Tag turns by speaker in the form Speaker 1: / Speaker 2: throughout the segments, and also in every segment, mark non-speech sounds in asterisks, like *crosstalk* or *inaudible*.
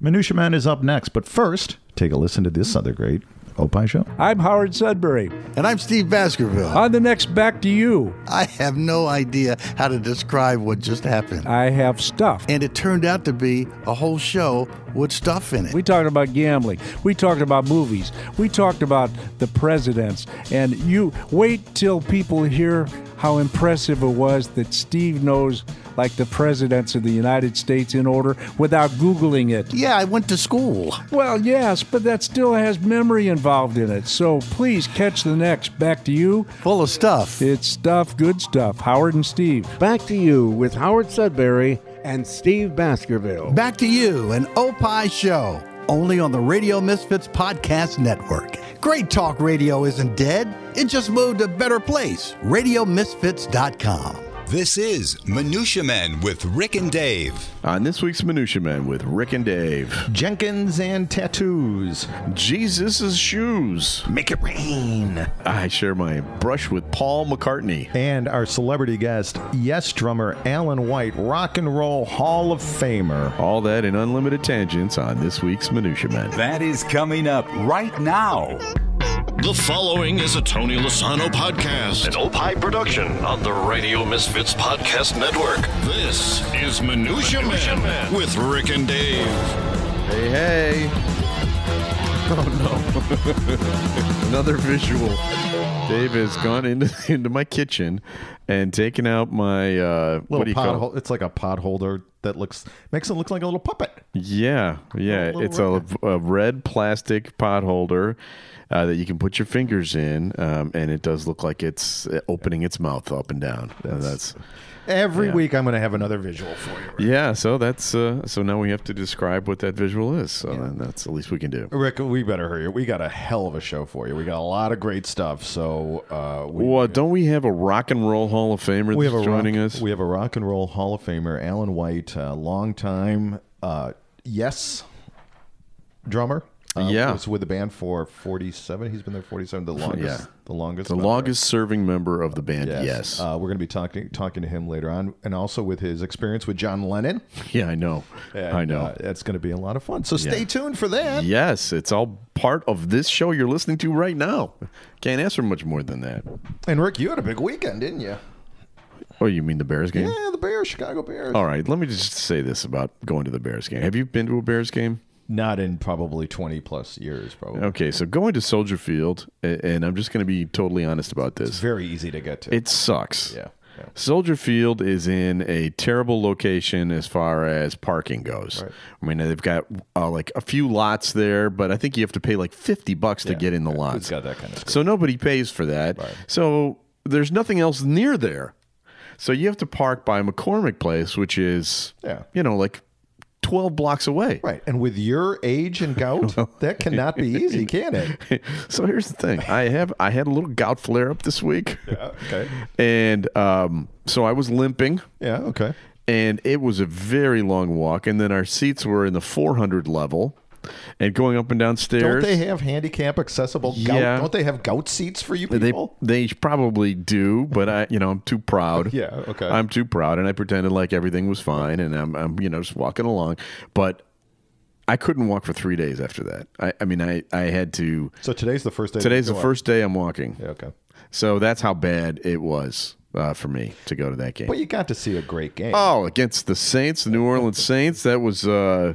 Speaker 1: Minutia Man is up next, but first, take a listen to this other great Opie show.
Speaker 2: I'm Howard Sudbury.
Speaker 3: And I'm Steve Baskerville.
Speaker 2: On the next Back to You,
Speaker 3: I have no idea how to describe what just happened.
Speaker 2: I have stuff.
Speaker 3: And it turned out to be a whole show with stuff in it.
Speaker 2: We talked about gambling. We talked about movies. We talked about the presidents. And you wait till people hear how impressive it was that Steve knows like the presidents of the United States in order without Googling it.
Speaker 3: Yeah, I went to school.
Speaker 2: Well, yes, but that still has memory involved in it. So please catch the next. Back to you.
Speaker 3: Full of stuff.
Speaker 2: It's stuff, good stuff. Howard and Steve.
Speaker 4: Back to you with Howard Sudbury and Steve Baskerville.
Speaker 3: Back to you, an Opie show, only on the Radio Misfits Podcast Network. Great talk radio isn't dead, it just moved to a better place. RadioMisfits.com.
Speaker 5: This is Minutia Men with Rick and Dave.
Speaker 6: On this week's Minutia Man with Rick and Dave,
Speaker 1: Jenkins and tattoos.
Speaker 6: Jesus' shoes.
Speaker 1: Make it rain.
Speaker 6: I share my brush with Paul McCartney.
Speaker 1: And our celebrity guest, yes drummer Alan White, Rock and Roll Hall of Famer.
Speaker 6: All that and unlimited tangents on this week's Minutia Man.
Speaker 5: That is coming up right now.
Speaker 7: The following is a Tony Lasano podcast, an Opie production on the Radio Misfits Podcast Network. This is Minutia, Man, with Rick and Dave.
Speaker 6: Hey, hey. Oh no. *laughs* Another visual. Dave has gone into *laughs* into my kitchen and taken out my uh what
Speaker 1: Little
Speaker 6: do you call it?
Speaker 1: pothole. It's like a pot holder that looks makes it look like a little puppet.
Speaker 6: Yeah, yeah.
Speaker 1: little
Speaker 6: It's a, a red plastic pot holder uh, that you can put your fingers in, um, and it does look like it's uh, opening its mouth up and down. And That's,
Speaker 1: Every week I'm going to have another visual for you.
Speaker 6: yeah. So that's uh, so now we have to describe what that visual is. So then that's the least we can do.
Speaker 1: Rick, we better hurry. We got a hell of a show for you. We got a lot of great stuff. So uh, we,
Speaker 6: Well, don't we have a rock and roll Hall of Famer
Speaker 1: we
Speaker 6: that's
Speaker 1: have a
Speaker 6: joining
Speaker 1: rock,
Speaker 6: us?
Speaker 1: We have a rock and roll Hall of Famer, Alan White, uh, longtime uh, Yes drummer. Uh,
Speaker 6: Yeah.
Speaker 1: was with the band for forty-seven. He's been there forty-seven. The longest.
Speaker 6: Yeah.
Speaker 1: The longest.
Speaker 6: the
Speaker 1: member.
Speaker 6: longest serving member of the band. Yes.
Speaker 1: Uh, we're going to be talking talking to him later on, and also with his experience with John Lennon.
Speaker 6: *laughs* yeah, I know.
Speaker 1: And,
Speaker 6: I know.
Speaker 1: uh, that's going to be a lot of fun. So stay
Speaker 6: Yeah.
Speaker 1: tuned for that.
Speaker 6: Yes, it's all part of this show you're listening to right now. Can't ask for much more than that.
Speaker 1: And Rick, you had a big weekend, didn't you?
Speaker 6: Oh, you mean the Bears game?
Speaker 1: Yeah, the Bears, Chicago Bears.
Speaker 6: All right, let me just say this about going to the Bears game. Have you been to a Bears game?
Speaker 1: Not in probably twenty plus years, probably.
Speaker 6: Okay, so going to Soldier Field, a- and I'm just going to be totally honest about
Speaker 1: It's
Speaker 6: this.
Speaker 1: very easy to get to.
Speaker 6: It sucks.
Speaker 1: Yeah, yeah.
Speaker 6: Soldier Field is in a terrible location as far as parking goes. I mean, they've got uh, like a few lots there, but I think you have to pay like 50 bucks to get in the lots.
Speaker 1: It's got that kind of
Speaker 6: So nobody pays for that. So there's nothing else near there. So you have to park by McCormick Place, which is,
Speaker 1: Yeah.
Speaker 6: you know, like 12 blocks away.
Speaker 1: Right. And with your age and gout, that cannot be easy, can
Speaker 6: *laughs*
Speaker 1: it?
Speaker 6: *laughs* so here's the thing. I have I had a little gout flare up this week.
Speaker 1: Okay.
Speaker 6: *laughs* And um, so I was limping
Speaker 1: Yeah. Okay.
Speaker 6: and it was a very long walk and then our seats were in the 400 level and going up and down
Speaker 1: Don't
Speaker 6: stairs.
Speaker 1: they have handicap accessible gout?
Speaker 6: Yeah.
Speaker 1: Don't they have gout seats for you
Speaker 6: They
Speaker 1: people?
Speaker 6: they probably do, but I you know I'm too proud.
Speaker 1: *laughs* Yeah, okay.
Speaker 6: I'm too proud, and I pretended like everything was fine, and I'm I'm you know just walking along, but I couldn't walk for three days after that. I I mean I I had to.
Speaker 1: so today's the first day.
Speaker 6: Today's
Speaker 1: that
Speaker 6: the
Speaker 1: you go
Speaker 6: first day I'm walking,
Speaker 1: out. Yeah, okay.
Speaker 6: so that's how bad it was uh, for me to go to that game.
Speaker 1: But you got to see a great game.
Speaker 6: Oh, against the Saints, the New
Speaker 1: *laughs*
Speaker 6: Orleans Saints. That was, uh,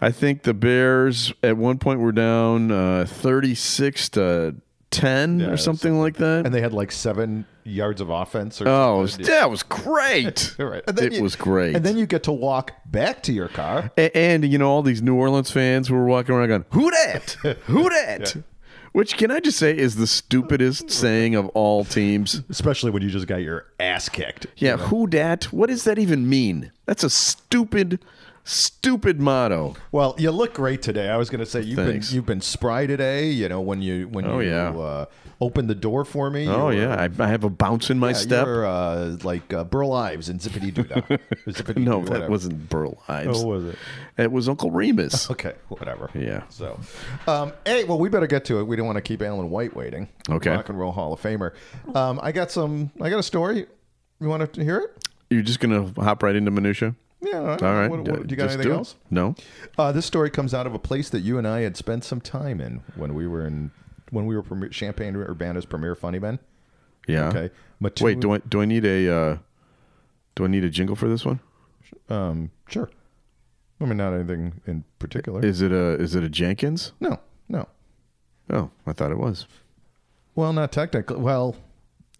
Speaker 6: I think, the Bears at one point were down uh, 36 to 10
Speaker 1: Yeah,
Speaker 6: or something like that.
Speaker 1: and they had like seven yards of offense. Or
Speaker 6: oh, it was-
Speaker 1: something.
Speaker 6: that
Speaker 1: *laughs*
Speaker 6: was great.
Speaker 1: All right. And then
Speaker 6: it
Speaker 1: you-
Speaker 6: was great.
Speaker 1: And then you get to walk back to your car.
Speaker 6: A- and you know all these New Orleans fans were walking around going, "Who dat?
Speaker 1: *laughs*
Speaker 6: Who dat?" Which can I just say is
Speaker 1: *laughs*
Speaker 6: the stupidest saying of all teams.
Speaker 1: Especially when you just got your ass kicked.
Speaker 6: Yeah, who dat? What does that even mean? That's a stupid, stupid motto.
Speaker 1: Well, you look great today. I was going to say you've
Speaker 6: Thanks.
Speaker 1: been you've been spry today. You know when you when
Speaker 6: Oh,
Speaker 1: you
Speaker 6: yeah.
Speaker 1: uh, opened the door for me. you
Speaker 6: Oh
Speaker 1: were-
Speaker 6: yeah, I, I have a bounce in my
Speaker 1: yeah,
Speaker 6: step.
Speaker 1: You were, uh, like uh, Burl Ives and Zippity Doo Dah.
Speaker 6: *laughs* No, that wasn't Burl Ives.
Speaker 1: Oh, was it?
Speaker 6: It was Uncle Remus.
Speaker 1: *laughs* Okay, whatever.
Speaker 6: Yeah.
Speaker 1: So, um, hey, well, we better get to it. We don't want to keep Alan White waiting.
Speaker 6: Okay.
Speaker 1: Rock and Roll Hall of Famer. Um, I got some. I got a story. You want to hear it?
Speaker 6: You're just gonna hop right into minutia.
Speaker 1: Yeah. All right.
Speaker 6: All right.
Speaker 1: What, what-
Speaker 6: d-
Speaker 1: do you got
Speaker 6: just
Speaker 1: anything
Speaker 6: do it.
Speaker 1: else?
Speaker 6: No.
Speaker 1: Uh, this story comes out of a place that you and I had spent some time in when we were in when we were premier, Champaign Urbana's premier funny men.
Speaker 6: Yeah.
Speaker 1: Okay. Mattoon,
Speaker 6: Wait, do I do I need a uh, do I need a jingle for this one?
Speaker 1: um, sure. I mean, not anything in particular.
Speaker 6: Is it a is it a Jenkins?
Speaker 1: no, no.
Speaker 6: Oh, I thought it was.
Speaker 1: Well, not technically. Well,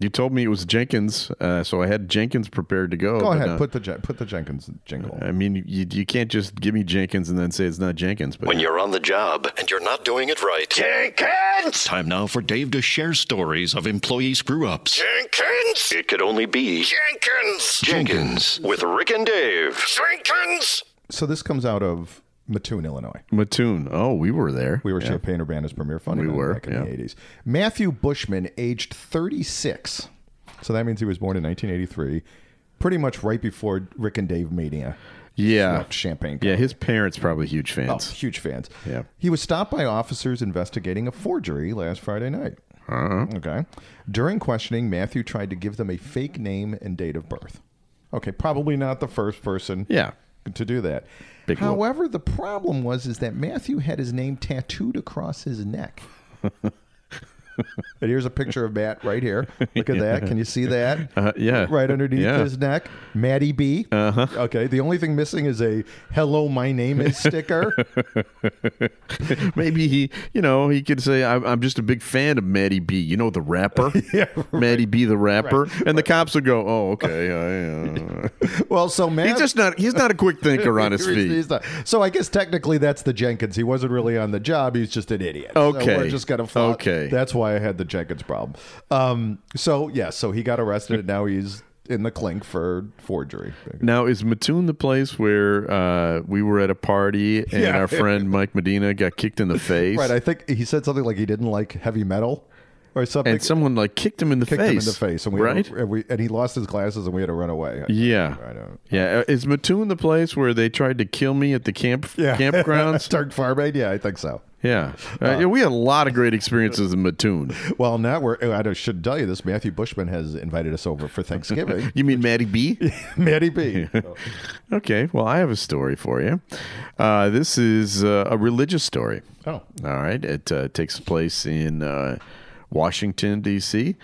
Speaker 6: You told me it was Jenkins, uh, so I had Jenkins prepared to go.
Speaker 1: go
Speaker 6: but,
Speaker 1: ahead.
Speaker 6: uh,
Speaker 1: put the Je- put the Jenkins jingle.
Speaker 6: I mean, you, you can't just give me Jenkins and then say it's not Jenkins. But
Speaker 7: When you're on the job and you're not doing it right. Jenkins! Time now for Dave to share stories of employee screw ups. Jenkins! It could only be Jenkins! Jenkins with Rick and Dave. Jenkins!
Speaker 1: So this comes out of Mattoon, Illinois.
Speaker 6: Mattoon, oh, we were there.
Speaker 1: We were
Speaker 6: yeah.
Speaker 1: Champaign Urbana's premier funny.
Speaker 6: We
Speaker 1: man
Speaker 6: were,
Speaker 1: back in the
Speaker 6: yeah.
Speaker 1: eighties. Matthew Bushman, aged thirty-six, so that means he was born in nineteen eighty-three, pretty much right before Rick and Dave Mania.
Speaker 6: Yeah,
Speaker 1: swept Champaign.
Speaker 6: Yeah,
Speaker 1: County.
Speaker 6: his parents probably huge
Speaker 1: Oh,
Speaker 6: fans.
Speaker 1: huge fans.
Speaker 6: Yeah.
Speaker 1: He was stopped by officers investigating a forgery last Friday night.
Speaker 6: Uh-huh.
Speaker 1: Okay. During questioning, Matthew tried to give them a fake name and date of birth. Okay, probably not the first person
Speaker 6: Yeah,
Speaker 1: to do that.
Speaker 6: Big whoop.
Speaker 1: However, the problem was is that Matthew had his name tattooed across his
Speaker 6: *laughs*
Speaker 1: neck. and here's a picture of Matt right here. Look at that. Can you see that?
Speaker 6: Uh, yeah.
Speaker 1: Right underneath
Speaker 6: Yeah. *laughs*
Speaker 1: his neck. Matty B. Uh-huh. Okay. The only thing missing is a hello, my name is
Speaker 6: *laughs*
Speaker 1: sticker.
Speaker 6: maybe he, you know, he could say, "I'm, I'm just a big fan of Maddie B." You know,
Speaker 1: *laughs*
Speaker 6: the rapper. yeah, Maddie B, the rapper, and the cops would go, "Oh, okay." I, uh,
Speaker 1: well, so Matt.
Speaker 6: *laughs* he's just not. He's not a quick
Speaker 1: *laughs*
Speaker 6: thinker on his
Speaker 1: He's-
Speaker 6: feet.
Speaker 1: he's not- So I guess technically that's the Jenkins. He wasn't really on the job. He's just an idiot. So
Speaker 6: Okay.
Speaker 1: we're just gonna follow.
Speaker 6: Okay.
Speaker 1: That's why I had the Jenkins problem. Um. So yeah. So he got arrested. and Now he's in the clink for forgery.
Speaker 6: Now is Mattoon the place where uh, we were at a party and
Speaker 1: Yeah.
Speaker 6: our friend Mike Medina got kicked in the
Speaker 1: *laughs*
Speaker 6: face,
Speaker 1: Right. I think he said something like he didn't like heavy metal or something.
Speaker 6: and someone like kicked him in the
Speaker 1: kicked
Speaker 6: face,
Speaker 1: him in the face, and we,
Speaker 6: right?
Speaker 1: and we and he lost his glasses, and we had to run away.
Speaker 6: yeah,
Speaker 1: I don't.
Speaker 6: yeah. Uh, Is Mattoon the place where they tried to kill me at the
Speaker 1: *laughs*
Speaker 6: camp campgrounds?
Speaker 1: Dark Farm Aid? Yeah, I think so.
Speaker 6: Yeah. Uh, yeah, we had a lot of great experiences in Mattoon.
Speaker 1: Well, now we're. I should tell you this. Matthew Bushman has invited us over for Thanksgiving.
Speaker 6: *laughs* You mean
Speaker 1: *laughs*
Speaker 6: Maddie B?
Speaker 1: Maddie B.
Speaker 6: okay, well, I have a story for you. Uh, this is uh, a religious story.
Speaker 1: Oh.
Speaker 6: All right. It uh, takes place in uh, Washington, D.C.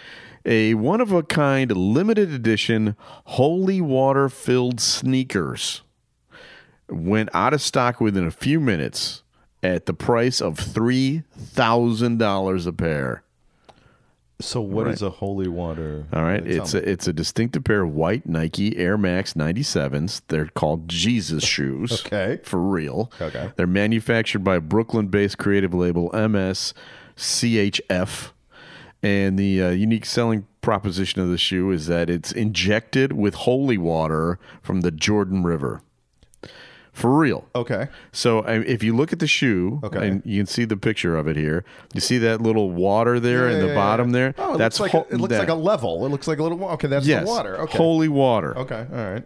Speaker 6: A one of a kind limited edition holy water filled sneakers went out of stock within a few minutes at the price of $3,000 a pair.
Speaker 1: So what is a holy water?
Speaker 6: All right, it's a, it's a distinctive pair of white Nike Air Max 97s. They're
Speaker 1: *laughs*
Speaker 6: called Jesus shoes.
Speaker 1: Okay.
Speaker 6: For real.
Speaker 1: Okay.
Speaker 6: They're manufactured by Brooklyn-based creative label MSCHF. And the uh, unique selling proposition of the shoe is that it's injected with holy water from the Jordan River. For real.
Speaker 1: okay.
Speaker 6: So I, if you look at the shoe,
Speaker 1: Okay.
Speaker 6: and you can see the picture of it here, you see that little water there in the bottom there.
Speaker 1: Oh, it
Speaker 6: that's
Speaker 1: looks
Speaker 6: ho-
Speaker 1: like a, it looks
Speaker 6: that-
Speaker 1: like a level. It looks like a little. wa- Okay, that's
Speaker 6: yes,
Speaker 1: the water. Okay.
Speaker 6: holy water.
Speaker 1: Okay. All right.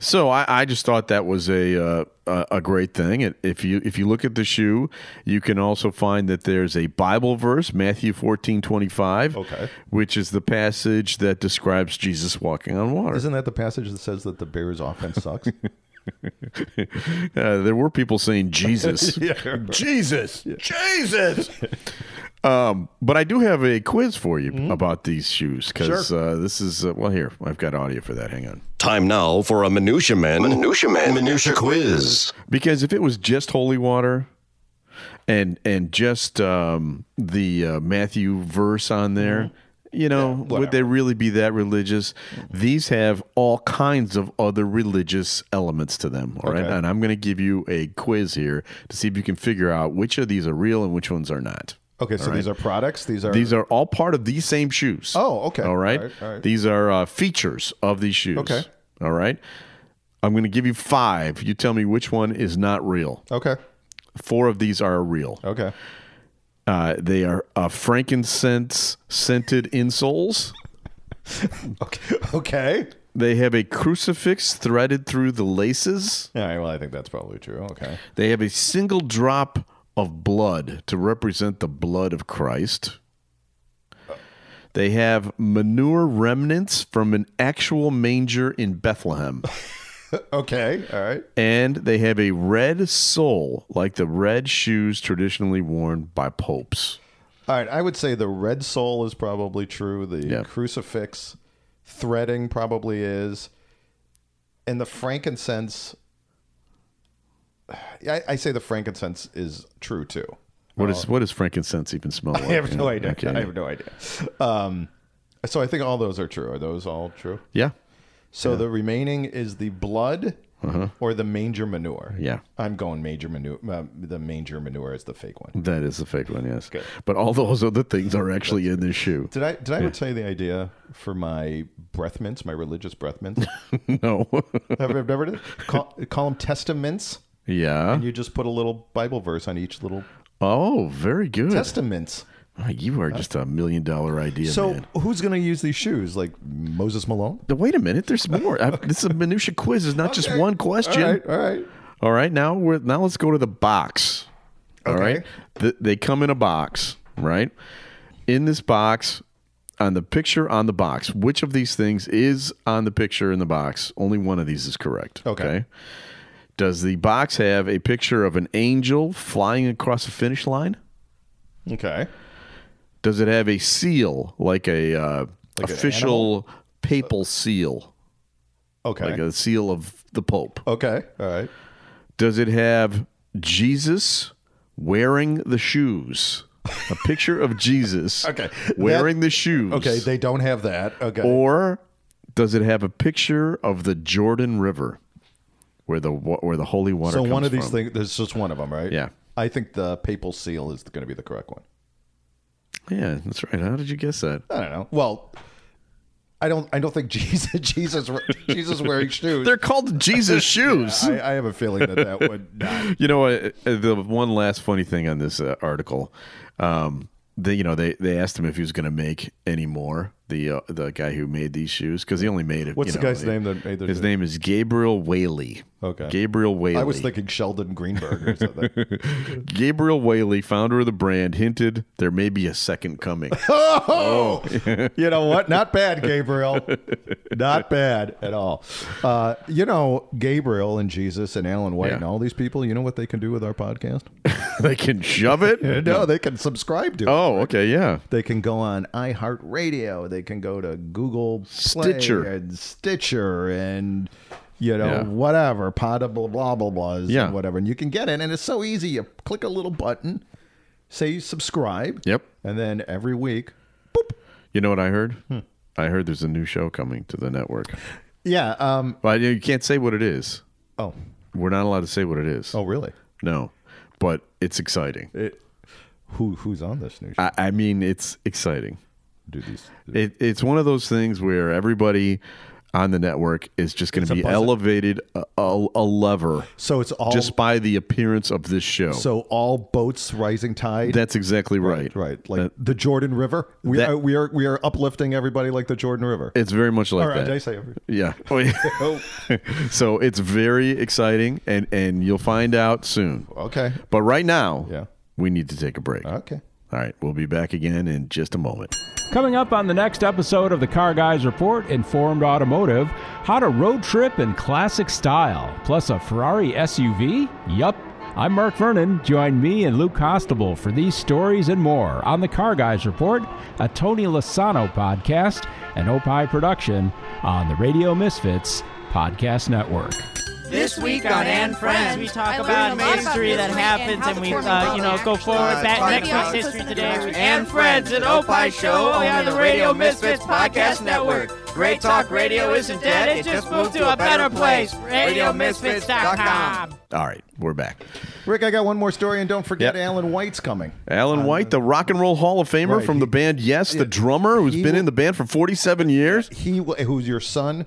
Speaker 6: So I, I just thought that was a uh, a a great thing. And if you if you look at the shoe, you can also find that there's a Bible verse, Matthew fourteen twenty five,
Speaker 1: Okay.
Speaker 6: which is the passage that describes Jesus walking on water.
Speaker 1: Isn't that the passage that says that the Bears' offense *laughs* sucks?
Speaker 6: Uh, there were people saying Jesus,
Speaker 1: *laughs*
Speaker 6: Jesus, Jesus. *laughs* um, but I do have a quiz for you
Speaker 1: Mm-hmm.
Speaker 6: about these shoes because uh, this is uh, well here I've got audio for that. Hang on.
Speaker 7: Time now for a Minutia Man. Minutia Man. Minutia Quiz.
Speaker 6: because if it was just holy water and and just um, the uh, Matthew verse on there,
Speaker 1: Mm-hmm.
Speaker 6: you know, would they really be that religious? These have all kinds of other religious elements to them. All right, and I'm going to give you a quiz here to see if you can figure out which of these are real and which ones are not.
Speaker 1: Okay. So these are products. These are.
Speaker 6: These are all part of these same shoes.
Speaker 1: Oh, okay.
Speaker 6: All right.
Speaker 1: All right, all right.
Speaker 6: These are uh, features of these shoes.
Speaker 1: Okay.
Speaker 6: All right. I'm going to give you five. You tell me which one is not real.
Speaker 1: Okay.
Speaker 6: Four of these are real.
Speaker 1: Okay. *laughs*
Speaker 6: Uh, they are uh, frankincense scented insoles.
Speaker 1: Okay. Okay.
Speaker 6: They have a crucifix threaded through the laces.
Speaker 1: All right. Well, I think that's probably true. Okay.
Speaker 6: They have a single drop of blood to represent the blood of Christ. They have manure remnants from an actual manger in Bethlehem.
Speaker 1: okay. All right.
Speaker 6: and they have a red sole like the red shoes traditionally worn by popes.
Speaker 1: All right. I would say the red soul is probably true. The
Speaker 6: Yeah.
Speaker 1: crucifix threading probably is. And the frankincense. *sighs* I, I say the frankincense is true too.
Speaker 6: What is what does frankincense even smell
Speaker 1: *laughs*
Speaker 6: like?
Speaker 1: Oh. I have no
Speaker 6: Yeah,
Speaker 1: idea.
Speaker 6: okay.
Speaker 1: I have no idea. Um, so I think all those are true. Are those all true?
Speaker 6: Yeah.
Speaker 1: So the remaining is the blood or the manger manure.
Speaker 6: Yeah.
Speaker 1: I'm going manger manure. Uh, the manger manure is the fake one.
Speaker 6: That is the fake one, yes. But all those other things are actually in this shoe. *laughs*
Speaker 1: Did I did I tell you the idea for my breath mints, my religious breath
Speaker 6: *laughs*
Speaker 1: mints?
Speaker 6: No.
Speaker 1: Have you ever done it? Call, call them testaments.
Speaker 6: yeah.
Speaker 1: You just put a little Bible verse on each little
Speaker 6: Oh, very good.
Speaker 1: testaments.
Speaker 6: Oh, you are just a million dollar idea,
Speaker 1: so
Speaker 6: man.
Speaker 1: who's going to use these shoes? Like Moses Malone?
Speaker 6: Now, Wait a minute. There's more. I, this is a minutia quiz. It's not just
Speaker 1: Okay.
Speaker 6: one question.
Speaker 1: All right. All right.
Speaker 6: All right, now we're now let's go to the box. All
Speaker 1: Okay.
Speaker 6: right, Th- they come in a box, right? In this box, on the picture on the box, which of these things is on the picture in the box? Only one of these is correct.
Speaker 1: Okay.
Speaker 6: Does the box have a picture of an angel flying across a finish line?
Speaker 1: Okay.
Speaker 6: Does it have a seal like a uh,
Speaker 1: Like an
Speaker 6: official papal seal,
Speaker 1: Okay.
Speaker 6: like a seal of the pope?
Speaker 1: okay. All right.
Speaker 6: Does it have Jesus wearing the shoes? A picture of
Speaker 1: *laughs*
Speaker 6: Jesus
Speaker 1: Okay.
Speaker 6: wearing
Speaker 1: That-
Speaker 6: the shoes.
Speaker 1: Okay. They don't have that. Okay.
Speaker 6: or does it have a picture of the Jordan River where the wa- where the holy water
Speaker 1: so
Speaker 6: comes
Speaker 1: one of these
Speaker 6: from?
Speaker 1: things. There's just one of them, right?
Speaker 6: Yeah.
Speaker 1: I think the papal seal is going to be the correct one.
Speaker 6: Yeah, that's right. How did you guess that?
Speaker 1: I don't know. Well, I don't. I don't think *laughs* Jesus. Jesus. Jesus
Speaker 6: *laughs*
Speaker 1: wearing shoes.
Speaker 6: They're
Speaker 1: *laughs*
Speaker 6: called Jesus shoes.
Speaker 1: I, I have a feeling that that would not.
Speaker 6: You know, uh, uh, the one last funny thing on this uh, article, um, they, you know, they, they asked him if he was going to make any more. The uh, the guy who made these shoes because he only made it.
Speaker 1: What's
Speaker 6: you
Speaker 1: the
Speaker 6: know,
Speaker 1: guy's name that made the
Speaker 6: His
Speaker 1: shoes?
Speaker 6: name is Gabriel Whaley.
Speaker 1: Okay.
Speaker 6: Gabriel Whaley.
Speaker 1: I was thinking Sheldon Greenberg or *laughs* something.
Speaker 6: Gabriel Whaley, founder of the brand, hinted there may be a second coming. *laughs*
Speaker 1: oh, you know what? Not bad, Gabriel. Not bad at all. Uh, you know, Gabriel and Jesus and Alan White
Speaker 6: Yeah.
Speaker 1: and all these people. You know what they can do with our podcast?
Speaker 6: they can
Speaker 1: *laughs*
Speaker 6: shove it.
Speaker 1: no, they can subscribe to. it.
Speaker 6: Oh, okay, yeah.
Speaker 1: They can go on iHeartRadio. They can go to Google Play
Speaker 6: Stitcher.
Speaker 1: and Stitcher and you know
Speaker 6: Yeah.
Speaker 1: whatever pod blah blah blah blahs
Speaker 6: Yeah.
Speaker 1: and whatever, and you can get it. And it's so easy. You click a little button, say you subscribe.
Speaker 6: Yep.
Speaker 1: And then every week,
Speaker 6: You know what I heard?
Speaker 1: Hmm.
Speaker 6: I heard there's a new show coming to the network,
Speaker 1: yeah. Um.
Speaker 6: but you can't say what it is.
Speaker 1: Oh.
Speaker 6: We're not allowed to say what it is.
Speaker 1: Oh, really?
Speaker 6: No, but it's exciting.
Speaker 1: Who Who's on this new show?
Speaker 6: I, I mean, it's exciting.
Speaker 1: Do these?
Speaker 6: It, it's one of those things where everybody on the network is just going to be
Speaker 1: buzzer.
Speaker 6: elevated a, a, a lever
Speaker 1: So it's all.
Speaker 6: just by the appearance of this show.
Speaker 1: so all boats rising tide.
Speaker 6: that's exactly right.
Speaker 1: right, like the Jordan River. We
Speaker 6: that-
Speaker 1: are, we are we are uplifting everybody like the Jordan River.
Speaker 6: It's very much like
Speaker 1: All right,
Speaker 6: that.
Speaker 1: did I say every- *laughs*
Speaker 6: Yeah. Oh, yeah. *laughs* so it's very exciting, and and you'll find out soon.
Speaker 1: Okay.
Speaker 6: But right now,
Speaker 1: Yeah.
Speaker 6: we need to take a break.
Speaker 1: Okay.
Speaker 6: All right, we'll be back again in just a moment.
Speaker 8: Coming up on the next episode of the Car Guys Report, Informed Automotive, how to road trip in classic style, plus a Ferrari SUV? Yup. I'm Mark Vernon. Join me and Luke Costable for these stories and more on the Car Guys Report, a Tony Lasano podcast, an Opie production on the Radio Misfits Podcast Network.
Speaker 9: This week on And Friends, we talk about history that happens and we, uh, you know, go forward back next week's history today. And Friends, an Opie show only on the Radio Misfits Podcast Network. Great Talk Radio isn't dead, it just moved to a better place. RadioMisfits.com.
Speaker 6: All right, we're back.
Speaker 1: Rick, I got one more story, and don't forget
Speaker 6: Yep.
Speaker 1: Alan White's coming.
Speaker 6: Alan White, the Rock and Roll Hall of Famer
Speaker 1: Right,
Speaker 6: from
Speaker 1: he-
Speaker 6: the band Yes, the drummer who's
Speaker 1: he
Speaker 6: been
Speaker 1: will-
Speaker 6: in the band for 47 years.
Speaker 1: He, w- who's your son,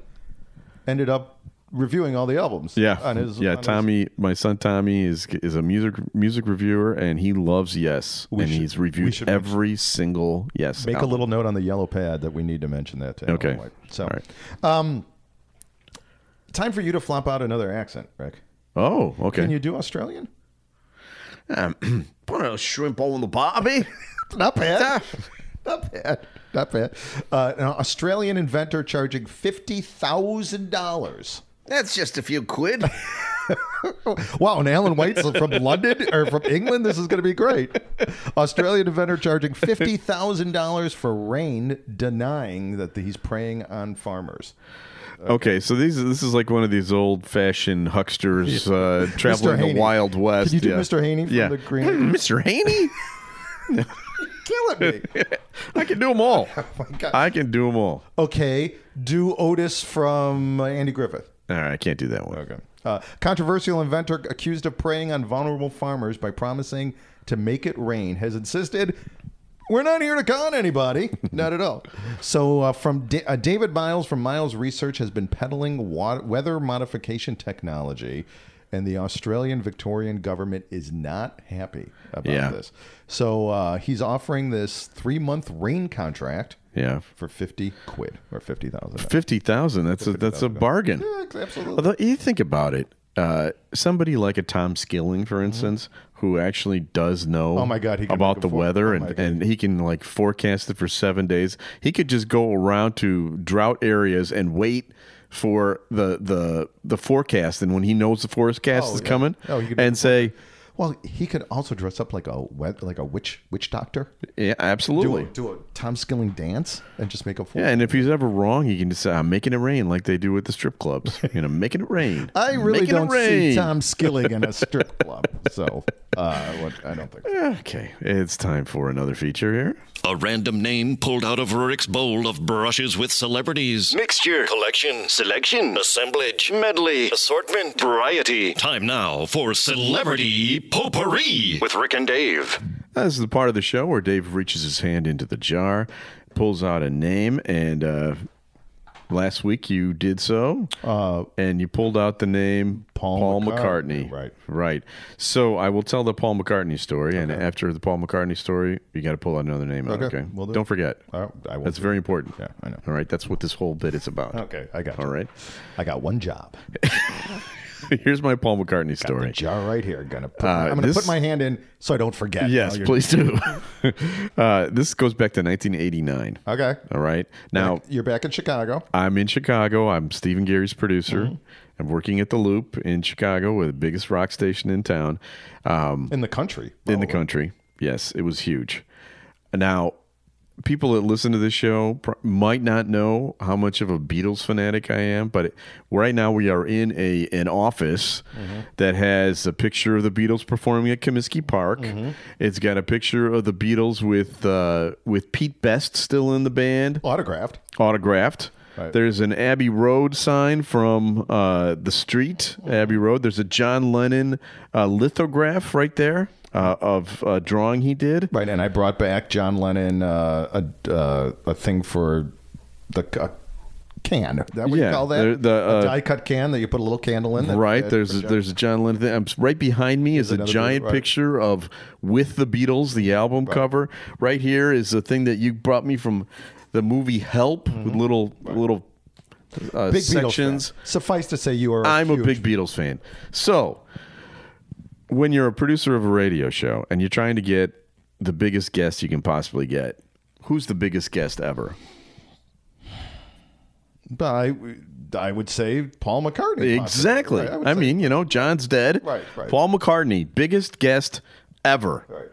Speaker 1: ended up reviewing all the albums.
Speaker 6: Yeah,
Speaker 1: on his
Speaker 6: yeah.
Speaker 1: on his-
Speaker 6: Tommy, my son Tommy is is a music music reviewer, and he loves Yes, and
Speaker 1: should-
Speaker 6: he's
Speaker 1: we
Speaker 6: reviewed
Speaker 1: should mention-
Speaker 6: every single Yes.
Speaker 1: make a
Speaker 6: album.
Speaker 1: little note on the yellow pad that we need to mention that. To Alan
Speaker 6: Okay.
Speaker 1: White. So,
Speaker 6: All right.
Speaker 1: um, time for you to flop out another accent, Rick.
Speaker 6: Oh, okay.
Speaker 1: Can you do Australian?
Speaker 6: put a shrimp on the barbie?
Speaker 1: Not bad. Not bad. Not bad. Uh, an Australian inventor charging fifty thousand dollars
Speaker 10: That's just a few quid.
Speaker 1: Wow, and Alan White's from London or from England. This is going to be great. Australian inventor charging fifty thousand dollars for rain, denying that he's preying on farmers.
Speaker 6: Okay, so these this is like one of these old fashioned hucksters uh, traveling the
Speaker 1: Haney.
Speaker 6: Wild West.
Speaker 1: Can you do
Speaker 6: yeah.
Speaker 1: Mr. Haney from
Speaker 6: yeah.
Speaker 1: the Green-
Speaker 6: *laughs* Hmm, Mr. Haney?
Speaker 1: Killing me.
Speaker 6: I can do
Speaker 1: *laughs*
Speaker 6: them all.
Speaker 1: Oh my God.
Speaker 6: I can do them all.
Speaker 1: Okay, do Otis from uh, Andy Griffith.
Speaker 6: All right, I can't do that one.
Speaker 1: Okay. Uh, controversial inventor accused of preying on vulnerable farmers by promising to make it rain has insisted, "We're not here to con anybody, *laughs* not at all." So, uh, from Da- uh, David Miles from Miles Research has been peddling wa- weather modification technology, and the Australian Victorian government is not happy about
Speaker 6: Yeah.
Speaker 1: this. So, uh, he's offering this three-month rain contract
Speaker 6: Yeah.
Speaker 1: for fifty quid or fifty thousand.
Speaker 6: Fifty thousand. That's a that's a bargain.
Speaker 1: absolutely.
Speaker 6: Although you think about it, uh, somebody like a Tom Skilling, for instance, who actually does know
Speaker 1: Mm-hmm. Oh my God, he can make
Speaker 6: about
Speaker 1: a
Speaker 6: the
Speaker 1: for-
Speaker 6: weather
Speaker 1: oh
Speaker 6: and,
Speaker 1: my God.
Speaker 6: and he can like forecast it for seven days. He could just go around to drought areas and wait for the the the forecast and when he knows the forecast
Speaker 1: Oh,
Speaker 6: is
Speaker 1: yeah.
Speaker 6: coming
Speaker 1: Oh, you could do
Speaker 6: and
Speaker 1: the
Speaker 6: say
Speaker 1: Well, he could also dress up like a wet, like a witch witch doctor. Do
Speaker 6: yeah absolutely
Speaker 1: a, do a Tom Skilling dance and just make a fool.
Speaker 6: yeah and if he's ever wrong he can just say i'm making it rain like they do at the strip clubs you know making it rain
Speaker 1: I really
Speaker 6: Making it
Speaker 1: don't
Speaker 6: rain.
Speaker 1: see Tom Skilling
Speaker 6: *laughs*
Speaker 1: in a strip club, so uh, what, I don't think. So.
Speaker 6: Okay, it's time for another feature here.
Speaker 7: A random name pulled out of Rurik's bowl of brushes with celebrities. Mixture, collection, selection, assemblage, medley, assortment, variety. Time now for Celebrity Potpourri with Rick and Dave.
Speaker 6: This is the part of the show where Dave reaches his hand into the jar, pulls out a name, and uh, last week you did so, uh, and you pulled out the name
Speaker 1: Paul
Speaker 6: McCartney.
Speaker 1: McCartney, right.
Speaker 6: right. So I will tell the Paul McCartney story, and after the Paul McCartney story, you got to pull out another name. out,
Speaker 1: Okay,
Speaker 6: okay?
Speaker 1: will do. Uh,
Speaker 6: Don't forget.
Speaker 1: I- I won't
Speaker 6: That's
Speaker 1: do.
Speaker 6: very important.
Speaker 1: Yeah, I know.
Speaker 6: All right, that's what this whole bit is about.
Speaker 1: Okay, I got.
Speaker 6: All
Speaker 1: you.
Speaker 6: right. *laughs*
Speaker 1: I got one job.
Speaker 6: Here's my Paul McCartney story.
Speaker 1: The jar right here. Gonna. Put,
Speaker 6: Uh,
Speaker 1: I'm gonna
Speaker 6: this-
Speaker 1: put my hand in so I don't forget.
Speaker 6: Yes,
Speaker 1: Oh, you're-
Speaker 6: please do. *laughs* uh, this goes back to 1989.
Speaker 1: Okay.
Speaker 6: All right. Now,
Speaker 1: You're back in Chicago.
Speaker 6: I'm in Chicago. I'm Stephen Gary's producer. I'm working at the Loop in Chicago, with the biggest rock station in town, um,
Speaker 1: In the country.
Speaker 6: in the country. Yes, it was huge. Now, people that listen to this show pr- might not know how much of a Beatles fanatic I am, but it, right now we are in a an office that has a picture of the Beatles performing at Comiskey Park. It's got a picture of the Beatles with uh, with Pete Best still in the band
Speaker 1: Autographed.
Speaker 6: autographed.
Speaker 1: Right.
Speaker 6: There's an Abbey Road sign from uh, the street, Abbey Road. There's a John Lennon uh, lithograph right there uh, of a drawing he did.
Speaker 1: Right, and I brought back John Lennon uh, a uh, a thing for the c- a can. Is that what
Speaker 6: Yeah,
Speaker 1: you call that?
Speaker 6: the- the, uh,
Speaker 1: a die cut can that you put a little candle in. that-
Speaker 6: Right
Speaker 1: that-
Speaker 6: there's a, there's a John Lennon. Thing. Um, right behind me is a
Speaker 1: another
Speaker 6: giant
Speaker 1: Beatle, right.
Speaker 6: picture of with the Beatles, the album cover. Right here is the thing that you brought me from the movie Help with little little uh,
Speaker 1: Mm-hmm. big
Speaker 6: sections.
Speaker 1: Beatles fan. Suffice to say, you are.
Speaker 6: I'm a
Speaker 1: huge-
Speaker 6: big Beatles fan. So, when you're a producer of a radio show and you're trying to get the biggest guest you can possibly get, who's the biggest guest ever?
Speaker 1: But I, I would say Paul McCartney. possibly.
Speaker 6: Exactly.
Speaker 1: Right, would
Speaker 6: I
Speaker 1: say-
Speaker 6: mean, you know, John's dead.
Speaker 1: Right, right.
Speaker 6: Paul McCartney, biggest guest ever.
Speaker 1: Right.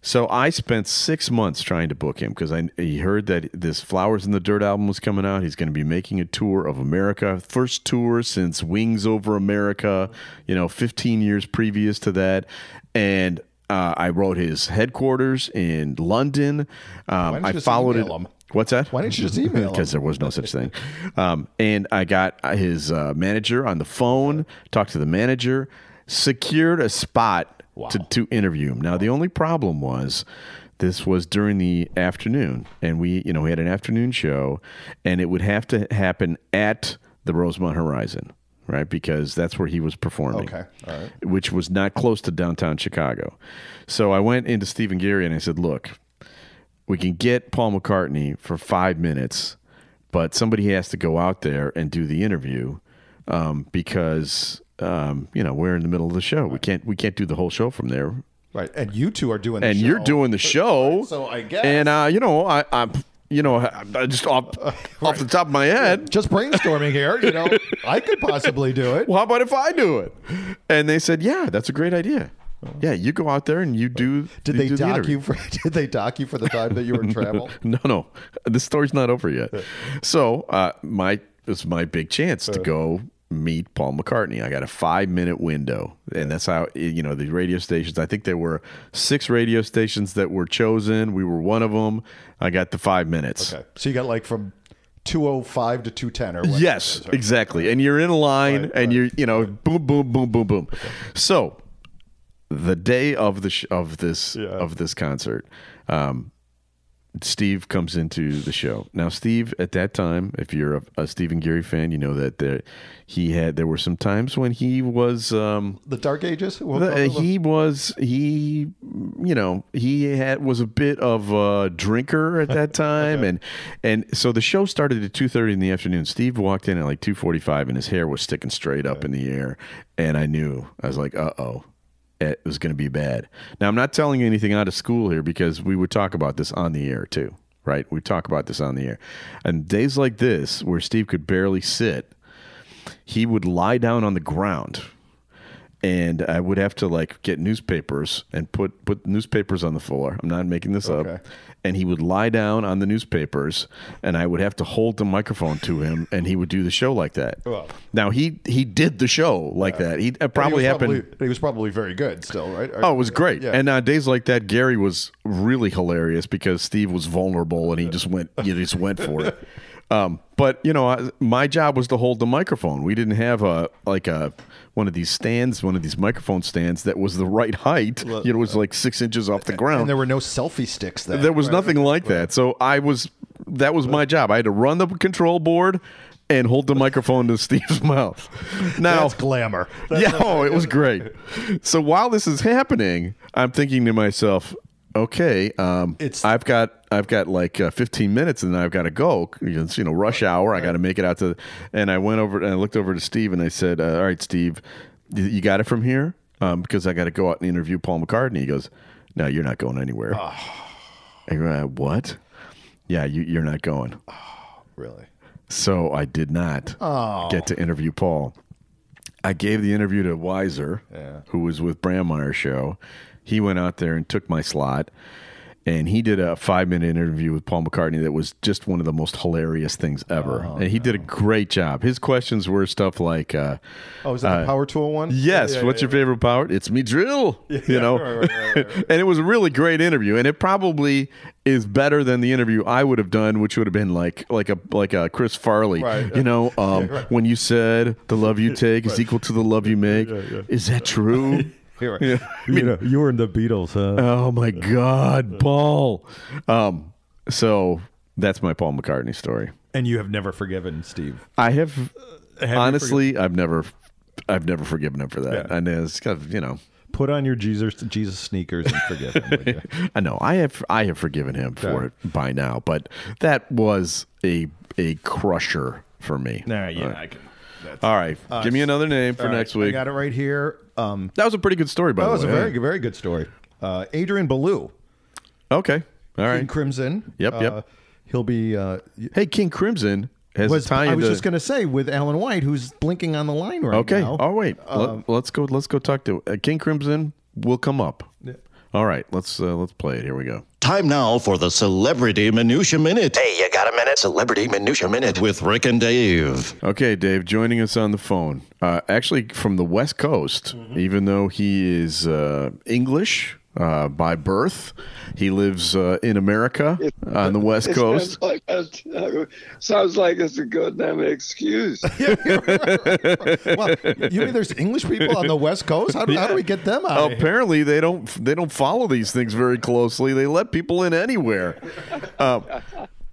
Speaker 6: So I spent six months trying to book him because I he heard that this Flowers in the Dirt album was coming out. He's going to be making a tour of America, first tour since Wings Over America, you know, 15 years previous to that, and. Uh, I wrote his headquarters in London.
Speaker 1: don't
Speaker 6: Um,
Speaker 1: you
Speaker 6: I
Speaker 1: just
Speaker 6: followed it.
Speaker 1: email him?
Speaker 6: What's that?
Speaker 1: Why didn't you just
Speaker 6: *laughs*
Speaker 1: email him?
Speaker 6: Because there was no such thing. Um, and I got his uh, manager on the phone, talked to the manager, secured a spot to, to interview him. Now, the only problem was this was during the afternoon, and we, you know, we had an afternoon show, and it would have to happen at the Rosemont Horizon, right? Because that's where he was performing
Speaker 1: Okay, all right.
Speaker 6: which was not close to downtown Chicago. So I went into Stephen Gary and I said, "Look, we can get Paul McCartney for five minutes, but somebody has to go out there and do the interview um, because um, you know we're in the middle of the show. We can't we can't do the whole show from there.
Speaker 1: right. And you two are doing.
Speaker 6: And
Speaker 1: the
Speaker 6: you're
Speaker 1: show.
Speaker 6: doing the show,
Speaker 1: So I guess-
Speaker 6: And uh, you know, I, I'm you know, I, I just off,
Speaker 1: *laughs*
Speaker 6: off the top of my head.
Speaker 1: Just brainstorming here, you
Speaker 6: *laughs*
Speaker 1: know. I could possibly do it.
Speaker 6: Well, how about if I do it? And they said, yeah, that's a great idea. Yeah, you go out there and you do.
Speaker 1: Oh. Did
Speaker 6: you
Speaker 1: they
Speaker 6: do the
Speaker 1: dock
Speaker 6: interview."
Speaker 1: you for? *laughs* Did they dock you for the time that you were
Speaker 6: *laughs*
Speaker 1: in travel?
Speaker 6: No, no, the story's not over yet. So uh, my it's my big chance to go meet Paul McCartney. I got a five minute window, and that's how you know the radio stations. I think there were six radio stations that were chosen. We were one of them. I got the five minutes.
Speaker 1: Okay. So you got like from 205 to 210 or whatever.
Speaker 6: Yes, exactly. And you're in a line and you're, you know, boom boom boom boom boom. So, the day of the sh- of this of this concert, um Steve comes into the show. Now Steve at that time, if you're a, a Stephen Geary fan, you know that there he had there were some times when he was um
Speaker 1: The Dark Ages? We'll
Speaker 6: the- uh,
Speaker 1: call it the-
Speaker 6: he was he you know he had was a bit of a drinker at that time and and so the show started at 2.30 in the afternoon steve walked in at like 2.45 and his hair was sticking straight up in the air and i knew i was like uh-oh it was going to be bad now i'm not telling you anything out of school here because we would talk about this on the air too right we talk about this on the air and days like this where steve could barely sit he would lie down on the ground and I would have to like get newspapers and put put newspapers on the floor. I'm not making this up. And he would lie down on the newspapers, and I would have to hold the microphone to him, and he would do the show like that. now he he did the show like that. He it
Speaker 1: He was
Speaker 6: probably happened.
Speaker 1: Probably, he was probably very good still, right?
Speaker 6: Oh, it was great. And on days like that, Gary was really hilarious because Steve was vulnerable and he
Speaker 1: *laughs*
Speaker 6: just went, he just went for it. Um, but you know, I, my job was to hold the microphone. We didn't have a like a one of these stands, one of these microphone stands that was the right height. You know, it was like six inches off the ground.
Speaker 1: uh, and there were no selfie sticks then.
Speaker 6: There was
Speaker 1: right?
Speaker 6: nothing like that. So I was that was my job. I had to run the control board and hold the microphone to Steve's *laughs* mouth. Now
Speaker 1: That's glamour. *laughs*
Speaker 6: yeah, oh, it was great. So while this is happening, I'm thinking to myself, okay, um,
Speaker 1: It's-
Speaker 6: I've got I've got like uh, 15 minutes, and then I've got to go. It's you know rush hour. I got to make it out to. And I went over and I looked over to Steve, and I said, uh, "All right, Steve, you, you got it from here um, because I got to go out and interview Paul McCartney." He goes, "No, you're not going anywhere."
Speaker 1: Ah.
Speaker 6: I go, "Uh, "What? Yeah, you, you're not going."
Speaker 1: Really?
Speaker 6: So I did not get to interview Paul. I gave the interview to Weiser, who was with Brandmeier Show. He went out there and took my slot, and he did a five minute interview with Paul McCartney that was just one of the most hilarious things ever. and he did a great job. His questions were stuff like, uh,
Speaker 1: Oh, is that the power tool one?
Speaker 6: Yes. What's your favorite power? It's me drill. you know, *laughs* and it was a really great interview, and it probably is better than the interview I would have done, which would have been like like a like a Chris Farley.
Speaker 1: Right.
Speaker 6: You know, um, when you said the love you take is equal to the love you make, is that true? Yeah.
Speaker 10: you know, you were in the Beatles, huh?
Speaker 6: *laughs* Oh my God, Paul. Um, so that's my Paul McCartney story.
Speaker 10: And you have never forgiven Steve.
Speaker 6: I have,
Speaker 10: Have you
Speaker 6: honestly, I've never, I've never forgiven him for that. And it's kind of you know.
Speaker 10: Put on your Jesus Jesus sneakers and forgive him. would
Speaker 6: *laughs*
Speaker 10: you?
Speaker 6: I know I have I have forgiven him for it by now, but that was a a crusher for me.
Speaker 1: Nah, yeah,
Speaker 6: All right.
Speaker 1: I can-
Speaker 6: All right, give me another name for
Speaker 1: All right,
Speaker 6: next
Speaker 1: I
Speaker 6: week.
Speaker 1: got it right here. Um,
Speaker 6: That was a pretty good story, by
Speaker 1: that
Speaker 6: the
Speaker 1: was a
Speaker 6: way.
Speaker 1: very, good- very good story. Uh, Adrian Ballou
Speaker 6: Okay,
Speaker 1: in
Speaker 6: all right.
Speaker 1: Crimson.
Speaker 6: Yep,
Speaker 1: uh,
Speaker 6: yep.
Speaker 1: He'll be. Uh,
Speaker 6: hey, King Crimson has
Speaker 1: was,
Speaker 6: a tie
Speaker 1: I was
Speaker 6: into-
Speaker 1: just going to say with Alan White, who's blinking on the line right
Speaker 6: Okay.
Speaker 1: now. um,
Speaker 6: Oh wait. Let, us go. Let's go talk to uh, King Crimson. Will come up. All right. Let's uh, let's play it. Here we go.
Speaker 7: Time now for the Celebrity Minutia Minute. Hey, you got a minute? Celebrity Minutia Minute with Rick and Dave.
Speaker 6: Okay, Dave, joining us on the phone. Uh, actually, from the West Coast, even though he is uh, English uh, by birth, he lives uh, in America on the West Coast.
Speaker 11: Like a, sounds like it's a good damn excuse.
Speaker 1: well, you mean there's English people on the West Coast? How do, how do we get them out? of here?
Speaker 6: Apparently, they don't they don't follow these things very closely. They let people in anywhere. Uh,